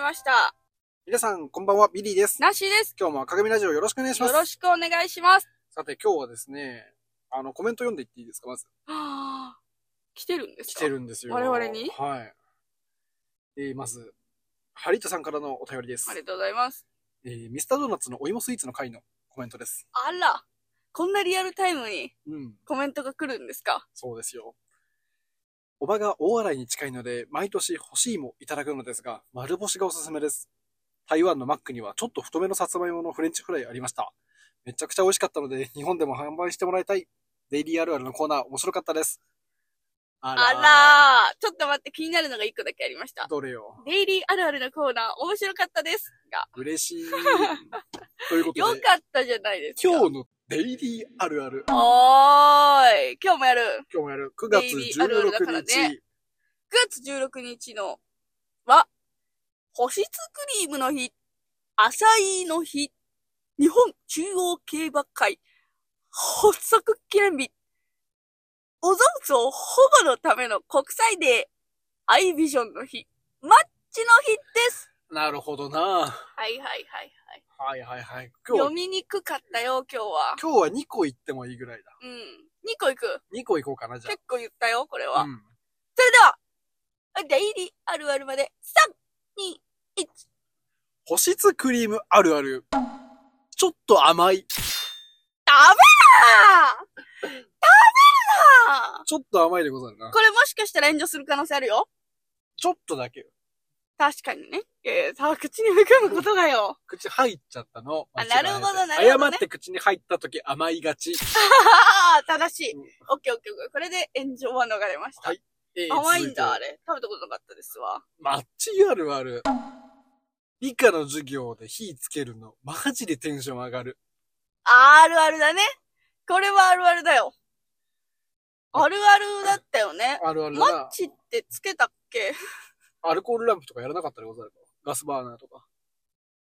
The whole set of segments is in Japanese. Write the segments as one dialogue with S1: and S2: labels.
S1: ました。
S2: 皆さん、こんばんは、ビリーです。
S1: なしです。
S2: 今日も赤組ラジオよろしくお願いしま
S1: よ
S2: す。
S1: ろしくお願いします。
S2: さて、今日はですね、あの、コメント読んでいっていいですか、まず。
S1: はぁ来てるんです
S2: 来
S1: か
S2: てるんですよ。
S1: 我々に
S2: はい。えー、まず、ハリートさんからのお便りです
S1: あ。りがとうございます。
S2: えー、ミスタードーナツのお芋スイーツの回のコメントです。
S1: あら、こんなリアルタイムに
S2: うん、
S1: コメントが来るんですか
S2: そうですよ。おばが大洗に近いので、毎年干し芋いただくのですが、丸干しがおすすめです。台湾のマックにはちょっと太めのさつまいものフレンチフライありました。めちゃくちゃ美味しかったので、日本でも販売してもらいたい。デイリーあるあるのコーナー面白かったです。あ
S1: あらー、ちょっと待って、気になるのが一個だけありました。
S2: どれよ。
S1: デイリーあるあるのコーナー、面白かったです。が、
S2: 嬉 しい。ということで、
S1: よかったじゃないですか。
S2: 今日のデイリーあるある、
S1: おーい、今日もやる。
S2: 今日もやる9月
S1: デイリーあるあるだから
S2: 16
S1: ね
S2: 日、
S1: 9月16日のは、保湿クリームの日、浅井の日、日本中央競馬会、発足記念日、お臓物を保護のための国際デー、アイビジョンの日、マッチの日です。
S2: なるほどな。は
S1: はいはいはいはい。
S2: いはいはい。今日は
S1: 読みにくかったよ、今日は。
S2: 今日は2個行ってもいいぐらいだ。
S1: うん。2個いく。
S2: 2個行こうかな、じゃ
S1: 結構言ったよ、これ
S2: あ。
S1: は。
S2: うん。
S1: それでは、デイリーあるあるまで、3、2、1。
S2: 保湿クリームあるある。ちょっと甘い。
S1: ダメだダメだ
S2: ちょっと甘いでござるな。
S1: これもしかしたら炎上する可能性あるよ。
S2: ちょっとだけよ。
S1: 確かにね。えー、さあ、口に含むことがよ。
S2: 口入っちゃったの。
S1: あ
S2: 間違え
S1: な
S2: て
S1: るほどなるほどね
S2: 誤って口に入った時甘いがち。
S1: ああ、正しい。
S2: うん
S1: オッケーオッケーオッケー。これで炎上は逃れました。
S2: はいえー
S1: 甘いんだ、あ
S2: 続て
S1: れ。食べたことなかったですわ。
S2: マッチあるある。理科の授業で火つけるの、マジでテンション上がる。
S1: あるあるだね。これはあるあるだよ。あるあるだったよね。
S2: あるある
S1: マ
S2: だ
S1: ッ
S2: な。
S1: チってつけたっけ
S2: アルコールランプとかやらなかったでござるか。ガスバーナーとか。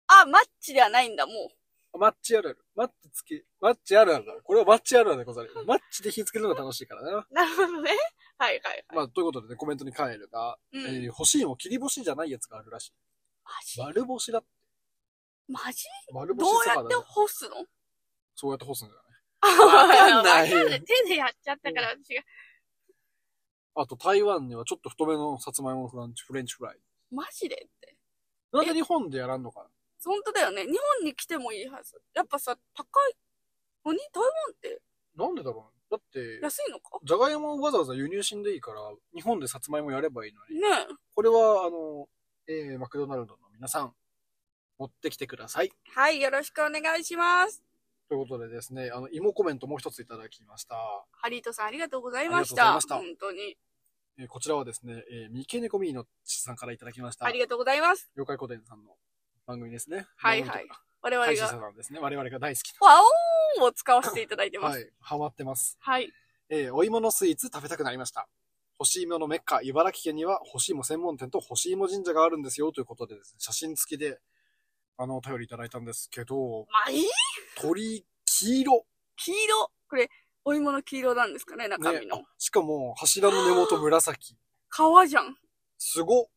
S1: あ、マッチではないんだ、もう。
S2: マッチあるある。マッチつけ、マッチあるあるだ。これはマッチあるあるでござる。マッチで火つけるのが楽しいからな。
S1: なるほどね。はいはいはい。
S2: まあ、ということでね、コメントに帰るが、
S1: うん
S2: えー、欲しいも切り干しじゃないやつがあるらしい。
S1: マジ
S2: 丸干しだ。
S1: マジ
S2: 丸干
S1: ど
S2: し
S1: う
S2: だ
S1: やって干すの
S2: そうやって干すんじゃない
S1: わ
S2: かんない
S1: わか手でやっちゃったから私が。
S2: あと、台湾にはちょっと太めのさつまいものフランチフレンチフライ。
S1: マジでって。
S2: なんで日本でやらんのか
S1: 本当だよね。日本に来てもいいはず。やっぱさ、高い。何台湾って
S2: ななんでだろうだって、
S1: 安いのか
S2: じゃがいもをわざわざ輸入しんでいいから、日本でさつまいもやればいいのに。
S1: ねえ。
S2: これは、あの、えー、マクドナルドの皆さん、持ってきてください。
S1: はい、よろしくお願いします。
S2: ということでですね、あの、芋コメントもう一ついただきました。
S1: ハリートさんありがとうございまし
S2: あり
S1: た。
S2: がとうございま
S1: 本当に。
S2: えーこちらはですね、えー、ミケネコミーの父さんからいただきました。
S1: ありがとうございます。
S2: 妖怪古典さんの番組ですね。
S1: はいはい
S2: 番組とか。
S1: 我々
S2: 配信者
S1: が、
S2: さんですね。我々が大好き
S1: ワオーンを使わせていただいて
S2: な。
S1: ま
S2: は
S1: す。
S2: い。ハマってます。
S1: はい。
S2: えー、お芋のスイーツ食べたくなりました。干し芋のメッカ、茨城県には干し芋専門店と干し芋神社があるんですよということでですね、写真付きで、あの、お便りいただいたんですけど、
S1: まあ、いい
S2: 鳥、黄色、
S1: 黄色。これ、お芋の黄色なんですかね、中
S2: ね
S1: 身の。、
S2: しかも柱の根元紫、
S1: 皮じゃん。
S2: すご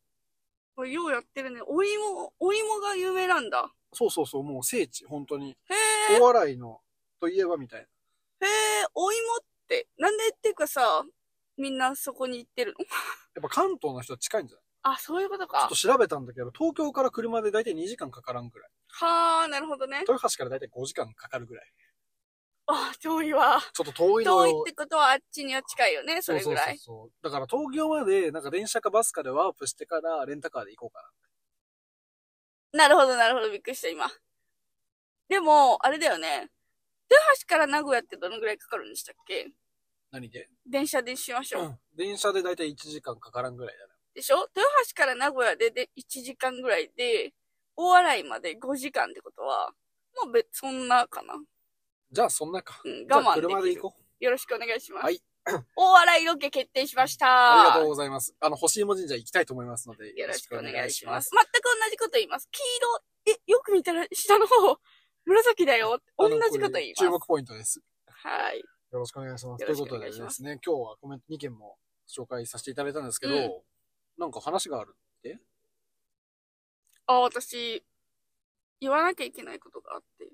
S1: これ、ようやってるね。お芋、お芋が有名なんだ。
S2: そうそうそう、もう聖地、本当に。
S1: へえ。
S2: 大洗の、といえばみたいな。
S1: へえ、お芋って、なんでっていうかさ、みんなそこに行ってるの
S2: やっぱ関東の人は近いんじゃない
S1: あ、そういうこと
S2: ちょ
S1: か
S2: っと。調べたんだけど、東京から車で大体2時間かからんくらい。
S1: はあ、なるほどね。
S2: 豊橋から大体5時間かかるぐらい。
S1: あ、遠いわ。
S2: ちょっと遠いの
S1: 遠い
S2: よ
S1: ってことはあっちには近いよね、それぐらい。
S2: そうそうそうそう。だから東京まで、なんか電車かバスかでワープしてからレンタカーで行こうか
S1: なるほど、なるほど、びっくりした、今。でも、あれだよね。豊橋から名古屋ってどのぐらいかかるんでしたっけ
S2: な。何で、
S1: 電車でしましょう。
S2: 電車で大体1時間かからんぐらいだね。
S1: でしょ豊橋から名古屋でで1時間ぐらいで、大洗まで5時間ってことは、もう別、そんなかな。
S2: じゃあそんなか。
S1: うん
S2: じゃあ
S1: 我慢できる
S2: 車で行こう。
S1: よろしくお願いします。
S2: はい。
S1: 大洗ロケ決定しました。
S2: ありがとうございます。あの、欲しいも神社行きたいと思いますので、
S1: よろしくお願いします。
S2: よ
S1: 全く同じこと言います。黄色、え、よく見たら下の方、 紫だよ。同
S2: ろ
S1: じ
S2: しくお願いします。
S1: こと言い
S2: あのこれ注
S1: ま
S2: 目ポイントです。
S1: す。はい。
S2: よろしくお願いします。
S1: よ
S2: とい
S1: ろ
S2: う
S1: し
S2: こ
S1: くお
S2: と
S1: 願
S2: で
S1: いし
S2: で
S1: ます
S2: すね、今日はコメント2件も紹介させていただいたんですけど、
S1: うん
S2: なんか話がある。
S1: あ、私、言わなきゃいけないことがあって。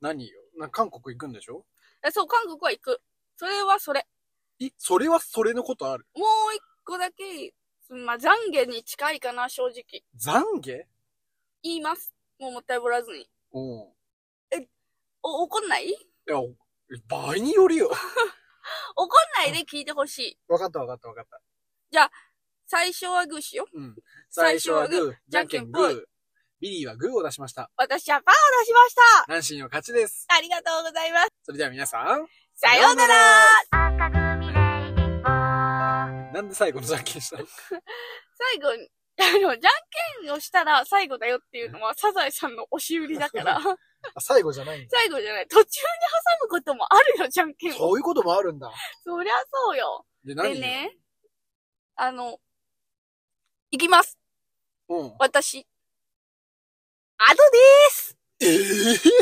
S2: 何よな韓国行くんでしょ
S1: えそう、韓国は行く。それはそれ。
S2: え、それはそれのことある
S1: もう一個だけ、まあ、懺悔に近いかな、正直。
S2: 懺悔
S1: 言います。もうもったいぶらずに。
S2: うん。
S1: お、怒んない
S2: いや、お場合によるよ。
S1: 怒んないで聞いてほしい。
S2: わかったわかったわかった。
S1: 最初はグーしよう。
S2: うん。
S1: 最初はグー
S2: 最初じゃんけんグ
S1: じゃん
S2: ー。ビリーはグーを出しました。
S1: 私はパーを出しました。
S2: ナンシーの勝ちです。
S1: ありがとうございます。
S2: それでは皆さん、
S1: さようなら
S2: なんで最後のじゃんけんしたの
S1: 最後に、あの、じゃんけんをしたら最後だよっていうのは、サザエさんの押し売りだから、
S2: 最後じゃないんだ。
S1: 最後じゃない。途中に挟むこともあるよ、じゃんけんを。
S2: ういうこともあるんだ。
S1: そりゃそうよ。
S2: で、何
S1: でね、あの、いきます。
S2: うん。
S1: 私。アドです。
S2: えぇ、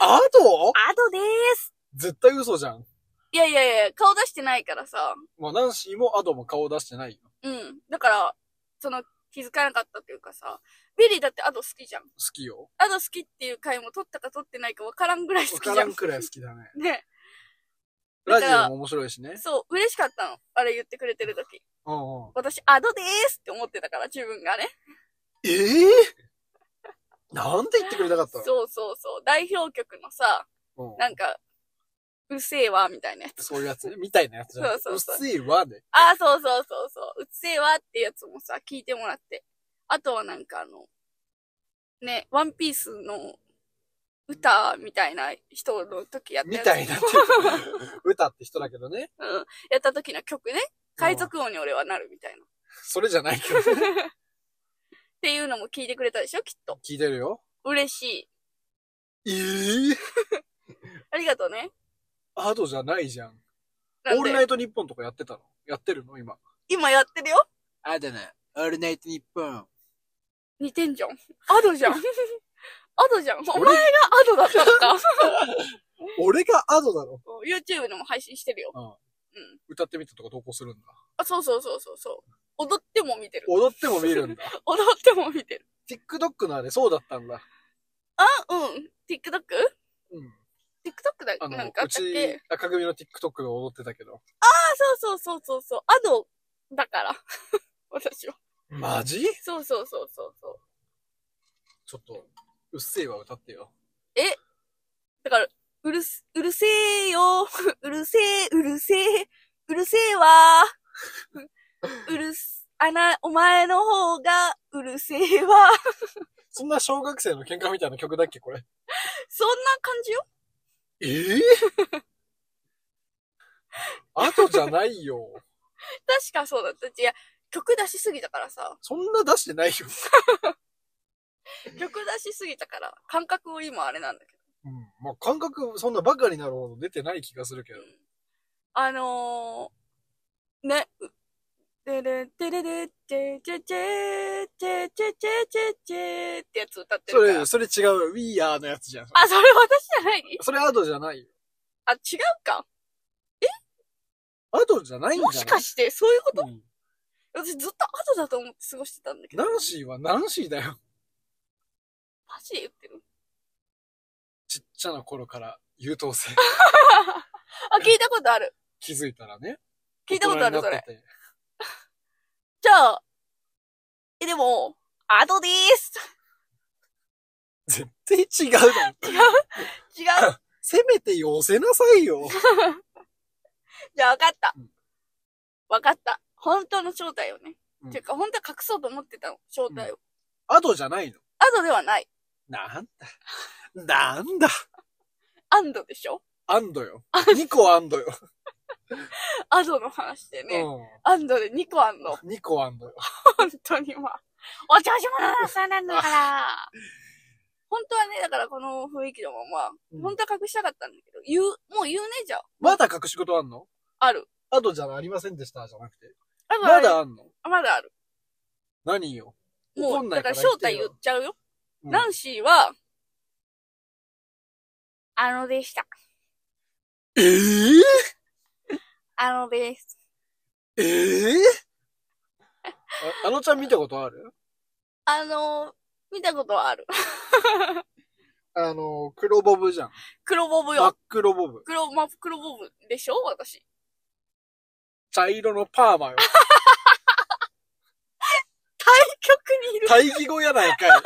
S2: あと
S1: アドです。
S2: 絶対嘘じゃん。
S1: いやいやいや、顔出してないからさ。
S2: まあ、ナンシーもアドも顔出してないよ。
S1: うん。だから、その、気づかなかったというかさ。ビリーだってアド好きじゃん。
S2: 好きよ。
S1: アド好きっていう回も撮ったか撮ってないかわからんぐらい好きじゃん。
S2: きだね。
S1: ね。
S2: ラジオも面白いしね。
S1: そう、嬉しかったの。あれ言ってくれてる時。
S2: うんうん。
S1: 私、アドでーすって思ってたから、自分がね。
S2: えぇ、なんで言ってくれなかったの
S1: そうそうそう。代表曲のさ、
S2: うん
S1: なんか、うるせえわ、みたいなやつ。
S2: そういうやつねみたいなやつじゃん。
S1: そうそうそう
S2: っせえわで。
S1: ああ、そうそうそうそう。うるせえわってやつもさ、聞いてもらって。あとはなんかあの、ね、ワンピースの歌みたいな人の時やった
S2: み
S1: やつ。
S2: たいなって。歌って人だけどね。
S1: うん。やった時の曲ね。海賊王に俺はなるみたいな。っ
S2: それじゃないけどね。
S1: ていうのも聞いてくれたでしょ、きっと。
S2: 聞いてるよ。
S1: 嬉しい。
S2: ええ
S1: ありがとうね。
S2: アドじゃないじゃん。
S1: なん
S2: オール
S1: で
S2: ナイトニッポンとかやってたのやってるの今。
S1: 今やってるよ。
S2: あだね。オールナイトニッポン。
S1: 似てんじゃん。アドじ ゃん。アドじゃん。お前が
S2: 俺
S1: アドだった のか。
S2: 俺がアドだろ。
S1: YouTube でも配信してるよ。
S2: 歌ってみたとか投稿するんだ。
S1: あ、そうそうそうそうそう。踊っても見てる。
S2: 踊っても見るんだ。
S1: 踊っても見てる。
S2: TikTok のあれ、そうだったんだ。
S1: あ、うん。TikTok?TikTok
S2: うん。あ
S1: だ、
S2: の、
S1: なんかあ
S2: う
S1: ったっけ
S2: ち、赤組の TikTok が踊ってたけど。
S1: あ、そうそうそうそうそう。アドだから。 私は。
S2: マジ
S1: そうそうそうそうそう。
S2: ちょっと、うっせぇわ歌ってよ。
S1: だから、うるす、うるせえよ。 うるせえ、うるせえ、うるせえ わ。うるす、あな、お前の方がうるせえわ。
S2: そんな小学生の喧嘩みたいな曲だっけこれ。
S1: そんな感じよ。
S2: え えアドじゃないよ。
S1: 確かそうだった。いや、曲出しすぎたからさ。
S2: そんな出してないよ。
S1: 曲出しすぎたから、感覚を今あれなんだけど。
S2: うん。まあ、感覚、そんなバカになるほど出てない気がするけど。
S1: あのー、ね、うでれでれでチェチェチェチェチェチェチェチェってやつ歌って
S2: そ
S1: るから
S2: れ、。それ違う。We are のやつじゃん。
S1: あ、それ私じゃない
S2: それアドじゃないよ。
S1: あ、違うか。
S2: アドじゃないんじゃ
S1: も
S2: ない
S1: しかして、そういうこと
S2: うん
S1: 私ずっと後だと思って過ごしてたんだけど。
S2: ナ
S1: マ
S2: ンシーはナンシーだよ。
S1: ジで言ってる
S2: ちっちゃな頃から優等生。
S1: あ、聞いたことある。
S2: 気づいたらね。
S1: 聞いたことある、それ
S2: 大。人になってて。
S1: じゃあ、え、でも、アドでーす。
S2: 絶対違うだろ。
S1: 違う。
S2: せめて寄せなさいよ。
S1: じゃあ、分かった
S2: うん。
S1: 分かった。本当の正体をね。
S2: うん
S1: ていうか、本当は隠そうと思ってたの、正体を。
S2: アドじゃないの。
S1: アドではない。
S2: なんだ。なんだ。
S1: アンドでしょ
S2: アンド よ。2個アンドよ。
S1: アドの話でね。
S2: う
S1: アンドで2個あんの。
S2: ん。2個アンドよ。
S1: 本当にまあ。お調子者さんなんだ から。本当はね、だからこの雰囲気のまま、
S2: うん
S1: 本当は隠したかったんだけど、言う、もう言うね、じゃあ。
S2: まだ隠し事あんの
S1: ある。
S2: アドじゃありませんでしたじゃなくて。
S1: あ
S2: ま
S1: あ
S2: だあんの
S1: るまだある。
S2: 何よ。怒
S1: も
S2: ん
S1: う、だ
S2: ないか
S1: からら
S2: 言っ
S1: 正
S2: てよ
S1: 体言っちゃうよ。
S2: うん
S1: ナンシーは、あのでした。
S2: えぇ
S1: あのです。
S2: ええああのちゃん見たことある
S1: あの、見たことはある。
S2: あの、黒ボブじゃん。
S1: 黒ボブ
S2: 真
S1: よ。
S2: っ黒ボブ。
S1: 黒、まあ、黒ボブでしょ私。
S2: 茶色のパーマよ。
S1: 曲にいる。
S2: 対義語やな いかい。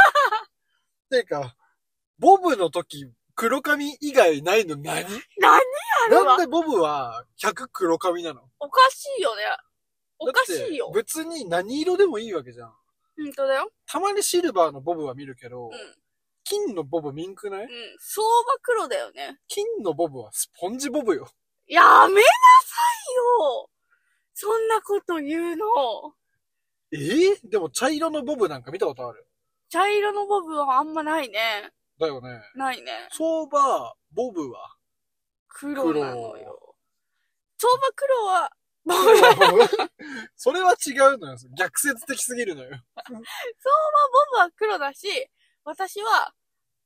S2: てか、ボブの時、黒髪以外ないの何
S1: 何あれは
S2: なんでボブは100黒髪なの
S1: おかしいよね。おかしいよ。
S2: だって別に何色でもいいわけじゃん。
S1: 本当だよ。
S2: たまにシルバーのボブは見るけど、
S1: ん
S2: 金のボブミンクな
S1: う
S2: い
S1: ん。相場黒だよね。
S2: 金のボブはスポンジボブよ。
S1: やめなさいよそんなこと言うの。
S2: えーでも茶色のボブなんか見たことある。
S1: 茶色のボブはあんまないね。
S2: だよね。
S1: ないね。
S2: 相場、ボブ は。
S1: 黒なのよ。相場黒は、ボブ、
S2: それは違うのよ。逆説的すぎるのよ。
S1: ボブは黒だし、私は、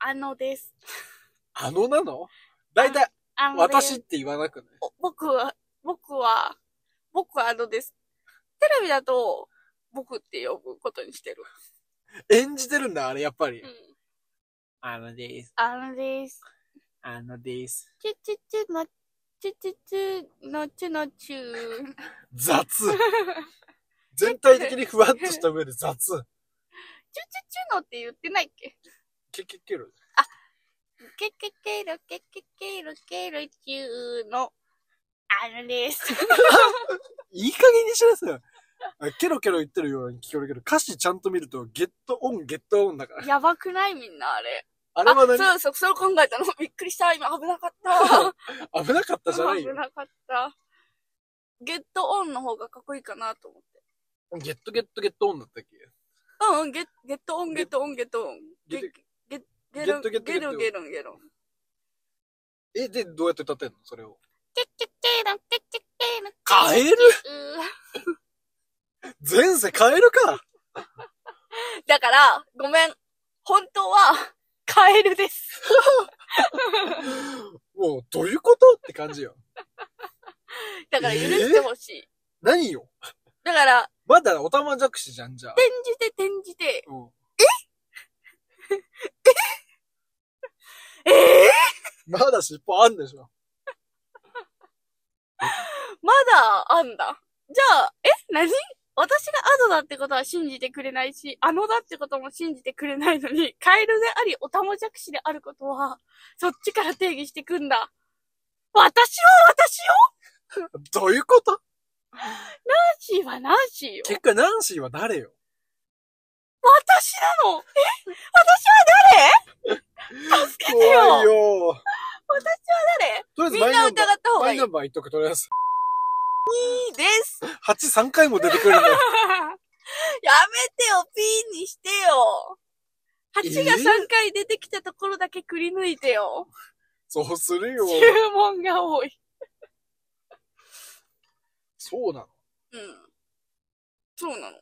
S1: あのです。
S2: あのなのだいたい
S1: あのです
S2: 私って言わなくない
S1: お僕は、僕は、僕はあのです。テレビだと、僕って呼ぶことにしてる。
S2: 演じてるんだ、あれ、やっぱり
S1: うん。。
S2: あのです。
S1: あのです。
S2: あのです。
S1: チュチュチュの、チュチュチュのチュのチュ。
S2: 雑。全体的にふわっとした上で雑。
S1: チュチュチュのって言ってないっけ
S2: けけける。
S1: ケケケロケケケロケロチューの、あのです。
S2: いい加減にしなさいよ。あケロケロ言ってるように聞こえるけど、歌詞ちゃんと見ると、ゲットオン、ゲットオンだから。
S1: やばくないみんなあれ。
S2: あ
S1: あ
S2: れは何
S1: そうそう、それ考えたの。びっくりした。今危なかった。
S2: 危なかったじゃない
S1: 危
S2: よ。
S1: なかった。ゲットオンの方がかっこいいかなと思って。
S2: ゲットゲットゲットオンだったっけ
S1: うんうん、ゲゲットオンゲットオンゲットオン。ゲ
S2: ゲ
S1: ゲゲロン
S2: ゲットゲット
S1: ゲロン
S2: ゲ
S1: ゲ
S2: ッ
S1: ロンゲロン。
S2: え、で、どうやって歌ってんのそれを。
S1: ケッケッケロンケッケッケロン。
S2: カエル
S1: うー
S2: 前世変えるか
S1: だから、ごめん。本当は、カエルです。
S2: もう、どういうことって感じよ。
S1: だから許してほしい。
S2: 何よ
S1: だから、
S2: まだおたまじゃくしじゃん、じゃあ。
S1: 転じて転じて、
S2: うん、
S1: ええ
S2: まだ尻尾あんでしょ。
S1: まだあんだ。じゃあ、え何私がアドだってことは信じてくれないし、あのだってことも信じてくれないのに、カエルであり、オタマジャクシであることは、そっちから定義してくんだ。私は私よ
S2: どういうこと
S1: ナンシーはナンシーよ。
S2: 結果、ナンシーは誰よ
S1: 私なのえ私は誰
S2: 怖い
S1: 助けてよ
S2: よ
S1: 誰
S2: とりあえず
S1: み
S2: マ
S1: ん
S2: イ
S1: な
S2: ナンバー
S1: 疑った方
S2: マ
S1: がい
S2: イ
S1: い。い
S2: ナンバー言っとくとりあえず。
S1: いです。
S2: 8、3回も出てくるの。
S1: やめてよ、ピーにしてよ。8が
S2: え
S1: 3回出てきたところだけくり抜いてよ。
S2: そうす るよ
S1: 注。文が多い。
S2: そうなの。
S1: うん。そうなの。だ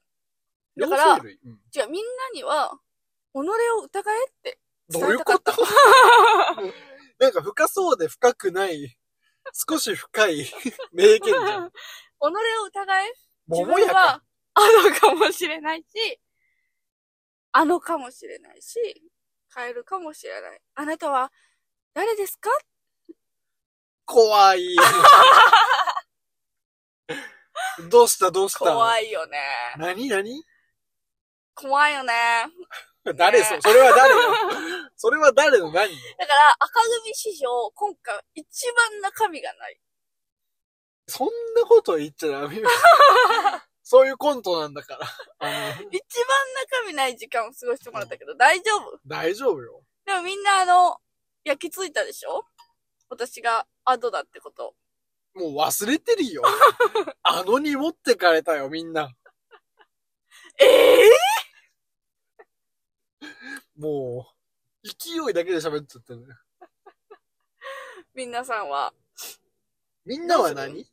S2: 両
S1: から
S2: 生類。うん
S1: じゃあみんなには、己を疑えって
S2: どう
S1: 伝
S2: い
S1: え
S2: う
S1: たか
S2: こ
S1: った。
S2: と なんか深そうで深くない、少し深い名言じゃん。
S1: 己を疑え 自
S2: 桃
S1: 分
S2: やか。
S1: は、あのかもしれないし、あのかもしれないし、変えるかもしれない。あなたは、誰ですか
S2: 怖い。どうしたどうした
S1: 怖
S2: い。
S1: いよね。
S2: 何何
S1: 怖いよね。
S2: 誰そ、それは誰よ。 それは誰の何よ
S1: だから、赤組史上、今回、一番中身がない。
S2: そんなこと言っちゃダメ よ。そういうコントなんだから。あの
S1: 一番中身ない時間を過ごしてもらったけど、大丈夫
S2: 大丈夫よ。
S1: でもみんな、あの、焼き付いたでしょ私がアドだってこと。
S2: もう忘れてる よ。あのに持ってかれたよ、みんな。
S1: ええ
S2: もう、勢いだけで喋っちゃってる。
S1: 皆さんは、
S2: みんなは
S1: ど
S2: 何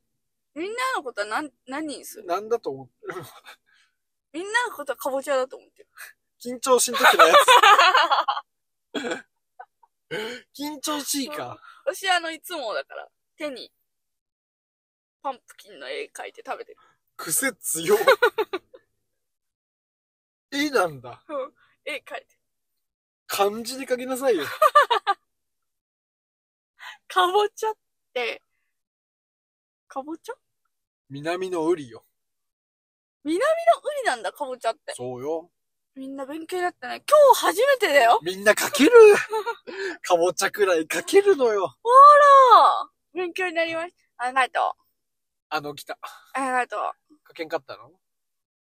S1: みんなのことは何、何にする
S2: なんだと思ってる
S1: みんなのことはカボチャだと思ってる。
S2: 緊張しんときのやつ。緊張しいか。
S1: 私、あの、いつもだから、手に、パンプキンの絵描いて食べてる。
S2: 癖強い。絵なんだ。
S1: 絵描いて。
S2: 漢字で書きなさいよ。
S1: かぼちゃって、かぼちゃ
S2: 南のウリよ。
S1: 無理なんだ、かぼちゃって。
S2: そうよ。
S1: みんな勉強になってない。今日初めてだよ。
S2: みんな書けるかぼちゃくらい書けるのよ。
S1: ああ、勉強になりました。ありがとう。
S2: あの、来た。
S1: ありがとう。
S2: 書けんかったの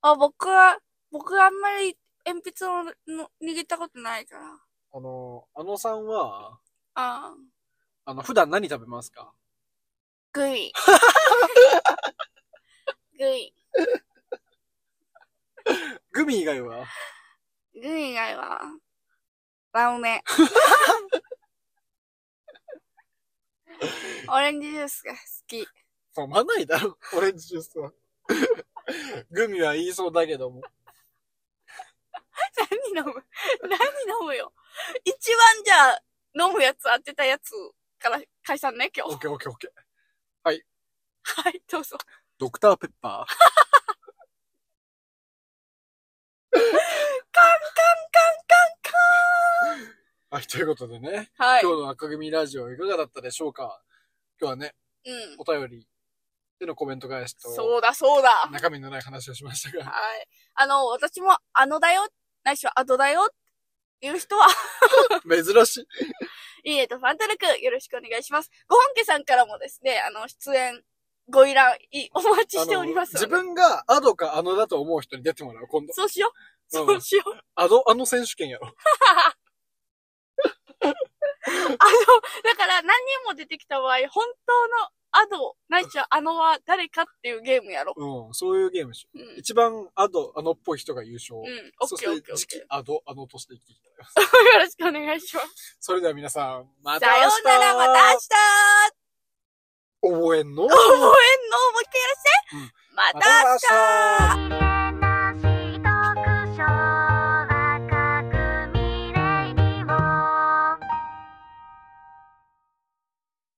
S1: あ、僕は、僕はあんまり鉛筆をの握ったことないから。
S2: あの、あのさんは、
S1: ああ、
S2: あの、普段何食べますか
S1: グイ。グイ。
S2: グミ以外は
S1: グイ以外は、ラム ネ。オレンジジュースが好き。
S2: 飲まないだろ、オレンジジュースは。 グミは言いそうだけども。
S1: 何飲む何飲むよ。一番じゃあ、飲むやつ当てたやつから解散ね、今
S2: オッ
S1: 日。
S2: ケーオッケーオッケー。
S1: はい、どうぞ。
S2: ドクターペッパー。
S1: カンカンカン
S2: はい、ということでね、
S1: カンカンはい。
S2: 今日の赤組ラジオいかがだったでしょうか今日はね、
S1: うん。
S2: お便りでのコメント返し
S1: そ
S2: と、
S1: うだ、そうだ。
S2: 中身のない話をしましたが、
S1: はい。あの、私も、あのだよ、ないしはあとだよ、っていう人は、
S2: 珍しい。
S1: いいねとファンタルク、よろしくお願いします。ご本家さんからもですね、あの、出演、ご依頼、いお待ちしておりますので。
S2: 自分がアドかアノだと思う人に出てもらう、今度。
S1: そうしよう。
S2: うん
S1: そうしよう。
S2: アド、アノ選手権やろ。
S1: あの、だから何人も出てきた場合、本当のアド、ないしはあのは誰かっていうゲームやろう。
S2: うん、そういうゲームでしょ。
S1: うん。うん。
S2: 一番アド、アノっぽい人が優勝。
S1: オッ
S2: そし
S1: ケーオッケ
S2: て
S1: ーオッ
S2: 次
S1: ケー
S2: 期。アド、アノとして生きていきたい。
S1: よろしくお願いします。
S2: それでは皆さん、ま
S1: さ
S2: た明日
S1: ようなら、また明日
S2: 覚えんの
S1: 応援のもう一回やらせて、
S2: うん
S1: また
S2: また明日